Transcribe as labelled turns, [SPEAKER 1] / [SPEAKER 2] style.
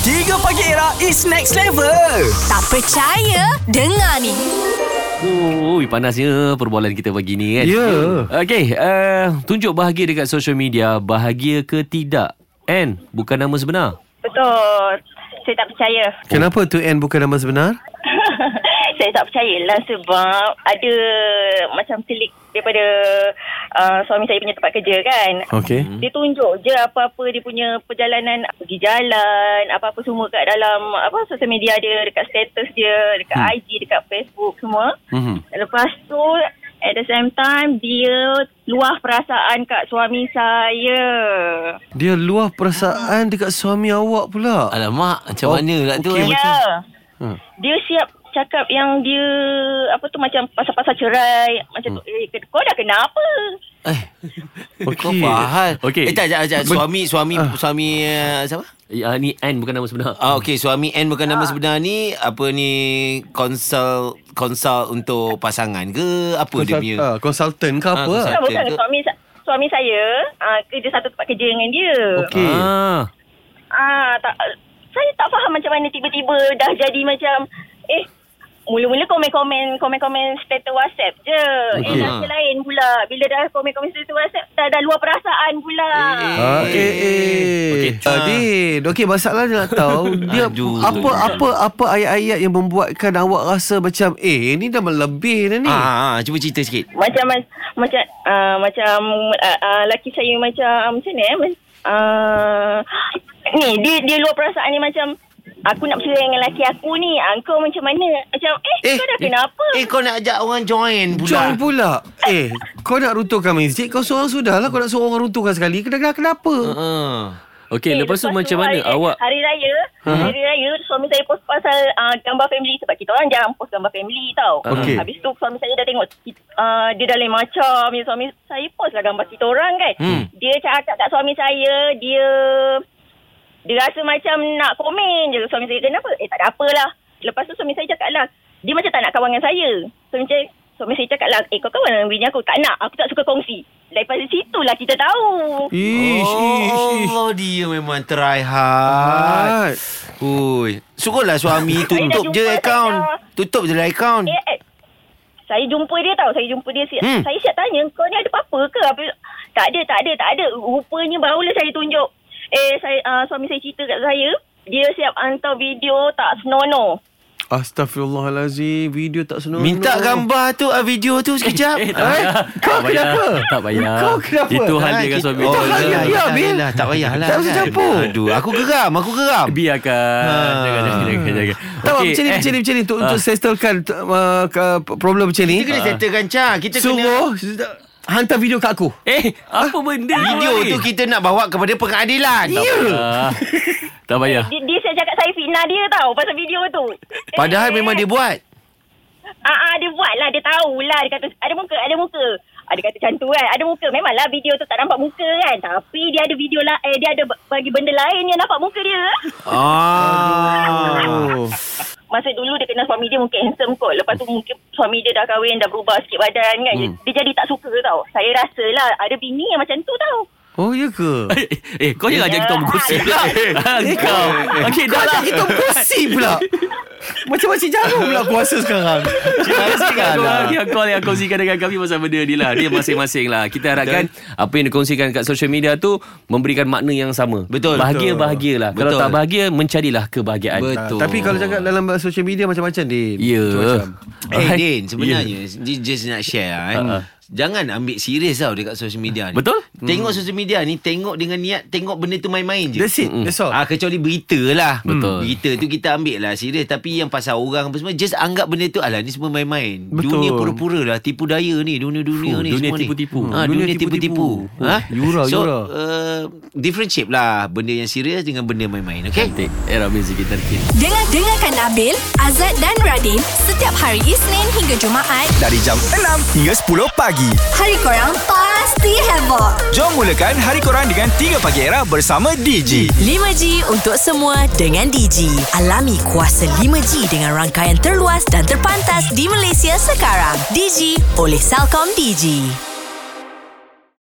[SPEAKER 1] 3 Pagi Era is next level.
[SPEAKER 2] Tak percaya? Dengar ni.
[SPEAKER 3] Ui, panasnya perbualan kita pagi ni kan.
[SPEAKER 4] Ya.
[SPEAKER 3] Okey, uh, tunjuk bahagia dekat social media, bahagia ke tidak? And bukan nama sebenar.
[SPEAKER 5] Betul. Saya tak percaya.
[SPEAKER 4] Kenapa tu N bukan nama sebenar?
[SPEAKER 5] saya tak percaya lah sebab ada macam klik daripada uh, suami saya punya tempat kerja kan.
[SPEAKER 4] Okey.
[SPEAKER 5] Dia tunjuk je apa-apa dia punya perjalanan pergi jalan, apa-apa semua kat dalam apa social media dia, dekat status dia, dekat hmm. IG, dekat Facebook semua.
[SPEAKER 3] Mhm.
[SPEAKER 5] Lepas tu at the same time dia luah perasaan kat suami saya.
[SPEAKER 4] Dia luah perasaan dekat suami awak pula.
[SPEAKER 6] Alamak,
[SPEAKER 4] Oh,
[SPEAKER 6] macam oh, mana pula tu
[SPEAKER 4] okey,
[SPEAKER 5] Ya.
[SPEAKER 6] eh?
[SPEAKER 4] macam-
[SPEAKER 5] Yeah.
[SPEAKER 4] Ha.
[SPEAKER 5] dia siap cakap yang dia apa tu macam pasal-pasal cerai macam hmm. tu eh, kau dah kenapa
[SPEAKER 6] Eh, kau
[SPEAKER 4] Okey.
[SPEAKER 6] faham.
[SPEAKER 3] Okey. Ah.
[SPEAKER 6] Eh, tak, tak, tak. Suami, suami, suami uh, siapa?
[SPEAKER 3] Ya, ni and bukan nama sebenar.
[SPEAKER 6] Ah, okey, suami N bukan nama sebenar ni apa ni konsult konsult untuk pasangan ke apa dia
[SPEAKER 4] Konsult,
[SPEAKER 6] punya?
[SPEAKER 4] ah, konsultan ke apa?
[SPEAKER 6] konsultan.
[SPEAKER 5] tak
[SPEAKER 6] Ada
[SPEAKER 5] Kan bukan
[SPEAKER 6] ke?
[SPEAKER 5] suami sa- suami saya uh, kerja satu tempat kerja dengan dia
[SPEAKER 4] Okey.
[SPEAKER 3] Ah.
[SPEAKER 5] ah tak saya tak faham macam mana tiba-tiba dah jadi macam eh Mula-mula komen-komen Komen-komen status WhatsApp je Eh
[SPEAKER 4] Okey.
[SPEAKER 5] dah lain pula Bila dah komen-komen status WhatsApp Dah, dah luar perasaan pula
[SPEAKER 4] Ah, eh, eh.
[SPEAKER 3] Okey.
[SPEAKER 4] Okey, Din. Okey, masalah dia nak tahu dia
[SPEAKER 6] Aduh.
[SPEAKER 4] apa apa apa ayat-ayat yang membuatkan awak rasa macam eh ni dah melebih dah ni.
[SPEAKER 6] Ah, ah, cuba cerita sikit.
[SPEAKER 5] macam macam uh, macam uh, uh, laki saya macam macam ni eh mas- uh, ni dia dia luar perasaan ni macam aku nak bercerai dengan laki aku ni ah, kau macam mana macam eh, eh kau dah kenapa
[SPEAKER 6] Eh, kau nak ajak orang join pula.
[SPEAKER 4] Join pula. Eh, kau nak runtuhkan masjid, kau seorang sudahlah. Kau nak suruh orang runtuhkan sekali. Kenapa? Kenapa?
[SPEAKER 6] Ah.
[SPEAKER 3] Okey, lepas, tu eh? macam mana
[SPEAKER 5] hari,
[SPEAKER 3] awak? Ha?
[SPEAKER 5] Hari raya, hari raya suami saya post pasal uh, gambar family sebab kita orang jarang post gambar family tau.
[SPEAKER 4] Okey.
[SPEAKER 5] Habis tu suami saya dah tengok uh, dia dah lain macam. Ya, suami saya post lah gambar kita orang kan.
[SPEAKER 3] Hmm.
[SPEAKER 5] Dia cakap kat suami saya, dia dia rasa macam nak komen je. Suami saya kenapa? Eh tak ada apalah. Lepas tu suami saya cakap lah, dia macam tak nak kawan dengan saya. Suami saya Suami saya cakap lah, eh kau kawan dengan bini aku. Tak nak, aku tak suka kongsi. Daripada situlah kita tahu.
[SPEAKER 4] Ish, ish, Ah.
[SPEAKER 6] Oh,
[SPEAKER 4] ish.
[SPEAKER 6] Allah dia memang try hard.
[SPEAKER 4] Alright.
[SPEAKER 6] Ui, suruhlah suami tutup
[SPEAKER 5] Saya dah
[SPEAKER 6] je
[SPEAKER 5] jumpa
[SPEAKER 6] account.
[SPEAKER 5] saya.
[SPEAKER 6] Tutup je lah account.
[SPEAKER 5] Eh, eh. Saya jumpa dia tau. Saya jumpa dia. Siap,
[SPEAKER 6] Hmm.
[SPEAKER 5] hmm. Saya siap tanya, kau ni ada apa-apa ke? Apa? Tak ada, tak ada, tak ada. Rupanya barulah saya tunjuk. Eh, saya, uh, suami saya cerita kat saya. Dia siap hantar video tak senonoh.
[SPEAKER 4] Astaghfirullahalazim. Video tak senonoh.
[SPEAKER 6] Minta gambar tu, ah, video tu sekejap.
[SPEAKER 4] Eh, kau
[SPEAKER 3] Ah, tak payah.
[SPEAKER 4] kenapa?
[SPEAKER 3] Tak payah.
[SPEAKER 4] Kau kenapa?
[SPEAKER 3] Itu hal dia
[SPEAKER 6] Ah,
[SPEAKER 3] dengan
[SPEAKER 6] kita-
[SPEAKER 3] suami.
[SPEAKER 6] Oh,
[SPEAKER 4] Itu hal
[SPEAKER 6] yelah,
[SPEAKER 4] dia,
[SPEAKER 6] yelah,
[SPEAKER 4] Bil.
[SPEAKER 6] yelah, Tak payahlah.
[SPEAKER 4] Tak usah
[SPEAKER 6] kan.
[SPEAKER 4] campur.
[SPEAKER 6] Aduh, aku geram, aku geram.
[SPEAKER 3] Biarkan.
[SPEAKER 6] Ah.
[SPEAKER 3] Jangan, jangan, jangan, jangan.
[SPEAKER 4] Ha. Tak okay,
[SPEAKER 3] Okey, eh, Ah.
[SPEAKER 4] macam ni,
[SPEAKER 3] and-
[SPEAKER 4] macam ni, macam ni. Untuk, untuk settlekan uh, ke- problem macam
[SPEAKER 3] Eh,
[SPEAKER 4] ni.
[SPEAKER 6] Kita
[SPEAKER 3] ah.
[SPEAKER 6] kena settlekan Cha. Kita kena
[SPEAKER 4] Suruh hantar video kat aku.
[SPEAKER 3] Eh, apa benda
[SPEAKER 6] video
[SPEAKER 3] ni? Ya.
[SPEAKER 6] tu kita nak bawa kepada pengadilan.
[SPEAKER 3] Tak payah. Tak payah.
[SPEAKER 5] Dia, dia siap cakap saya fitnah dia tau pasal video tu. Eh,
[SPEAKER 6] Padahal memang dia buat.
[SPEAKER 5] Ah, ah, dia buat lah. Dia tahu lah. Dia kata ada muka, ada muka. Ah, dia kata macam tu kan. Ada muka. Memanglah video tu tak nampak muka kan. Tapi dia ada video lah. Eh, dia ada bagi benda lain yang nampak muka dia.
[SPEAKER 6] Ah.
[SPEAKER 4] Oh.
[SPEAKER 5] Masa dulu dia kenal suami dia mungkin handsome kot. Lepas tu mungkin suami dia dah kahwin, dah berubah sikit badan kan. Hmm. Dia jadi tak suka tau. Saya rasa lah ada bini yang macam tu tau.
[SPEAKER 4] Oh, ya ke?
[SPEAKER 3] Eh, eh, kau jangan ajak kita bergosip lah.
[SPEAKER 4] Eh,
[SPEAKER 3] Kau. Okey, dah lah.
[SPEAKER 4] Kita berkongsi pula. Macam Makcik Jarum pula kuasa sekarang.
[SPEAKER 6] kan,
[SPEAKER 3] Terima
[SPEAKER 6] ah.
[SPEAKER 3] kasih yang kau yang kongsikan dengan kami pasal benda ni lah. Dia masing-masing lah. Kita harapkan apa yang dikongsikan kat social media tu memberikan makna yang sama.
[SPEAKER 6] Betul.
[SPEAKER 3] Bahagia-bahagialah. Kalau
[SPEAKER 6] Betul.
[SPEAKER 3] tak bahagia, mencarilah kebahagiaan.
[SPEAKER 6] Betul.
[SPEAKER 4] Tapi kalau cakap dalam social media macam-macam, Din.
[SPEAKER 3] Ya.
[SPEAKER 6] Eh
[SPEAKER 3] Alright.
[SPEAKER 6] Din Sebenarnya
[SPEAKER 3] Ya.
[SPEAKER 6] yeah. Just nak share lah, eh.
[SPEAKER 3] Ha-ha.
[SPEAKER 6] Jangan ambil serius tau Dekat social media
[SPEAKER 3] Uh-uh.
[SPEAKER 6] ni
[SPEAKER 3] Betul? Hmm.
[SPEAKER 6] Tengok social media ni Tengok dengan niat Tengok benda tu main-main je
[SPEAKER 4] That's it. That's all.
[SPEAKER 6] Ah kecuali berita lah
[SPEAKER 3] Betul.
[SPEAKER 6] Berita tu kita ambil lah serius Tapi yang pasal orang apa semua Just anggap benda tu Alah ni semua main-main
[SPEAKER 4] Betul.
[SPEAKER 6] Dunia pura-pura lah Tipu daya ni
[SPEAKER 3] Fuh,
[SPEAKER 6] Dunia-dunia ni
[SPEAKER 3] dunia
[SPEAKER 6] semua ni.
[SPEAKER 3] tipu-tipu.
[SPEAKER 6] ha, Dunia,
[SPEAKER 4] Dunia
[SPEAKER 6] tipu-tipu, Ha?
[SPEAKER 4] tipu-tipu. Oh, yura,
[SPEAKER 6] So
[SPEAKER 4] yura.
[SPEAKER 6] Uh, Different shape lah Benda yang serius Dengan benda main-main Okay
[SPEAKER 3] Cantik. Era muzik kita terkini.
[SPEAKER 2] Dengar-dengarkan Abil, Azad dan Radin setiap hari Isnin hingga Jumaat.
[SPEAKER 1] Dari jam 6 hingga 10 pagi.
[SPEAKER 2] Hari korang pasti heboh.
[SPEAKER 1] Jom mulakan hari korang dengan 3 Pagi Era bersama DG.
[SPEAKER 7] 5G untuk semua dengan Digi. Alami kuasa 5G dengan rangkaian terluas dan terpantas di Malaysia sekarang. Digi oleh Salcom Digi.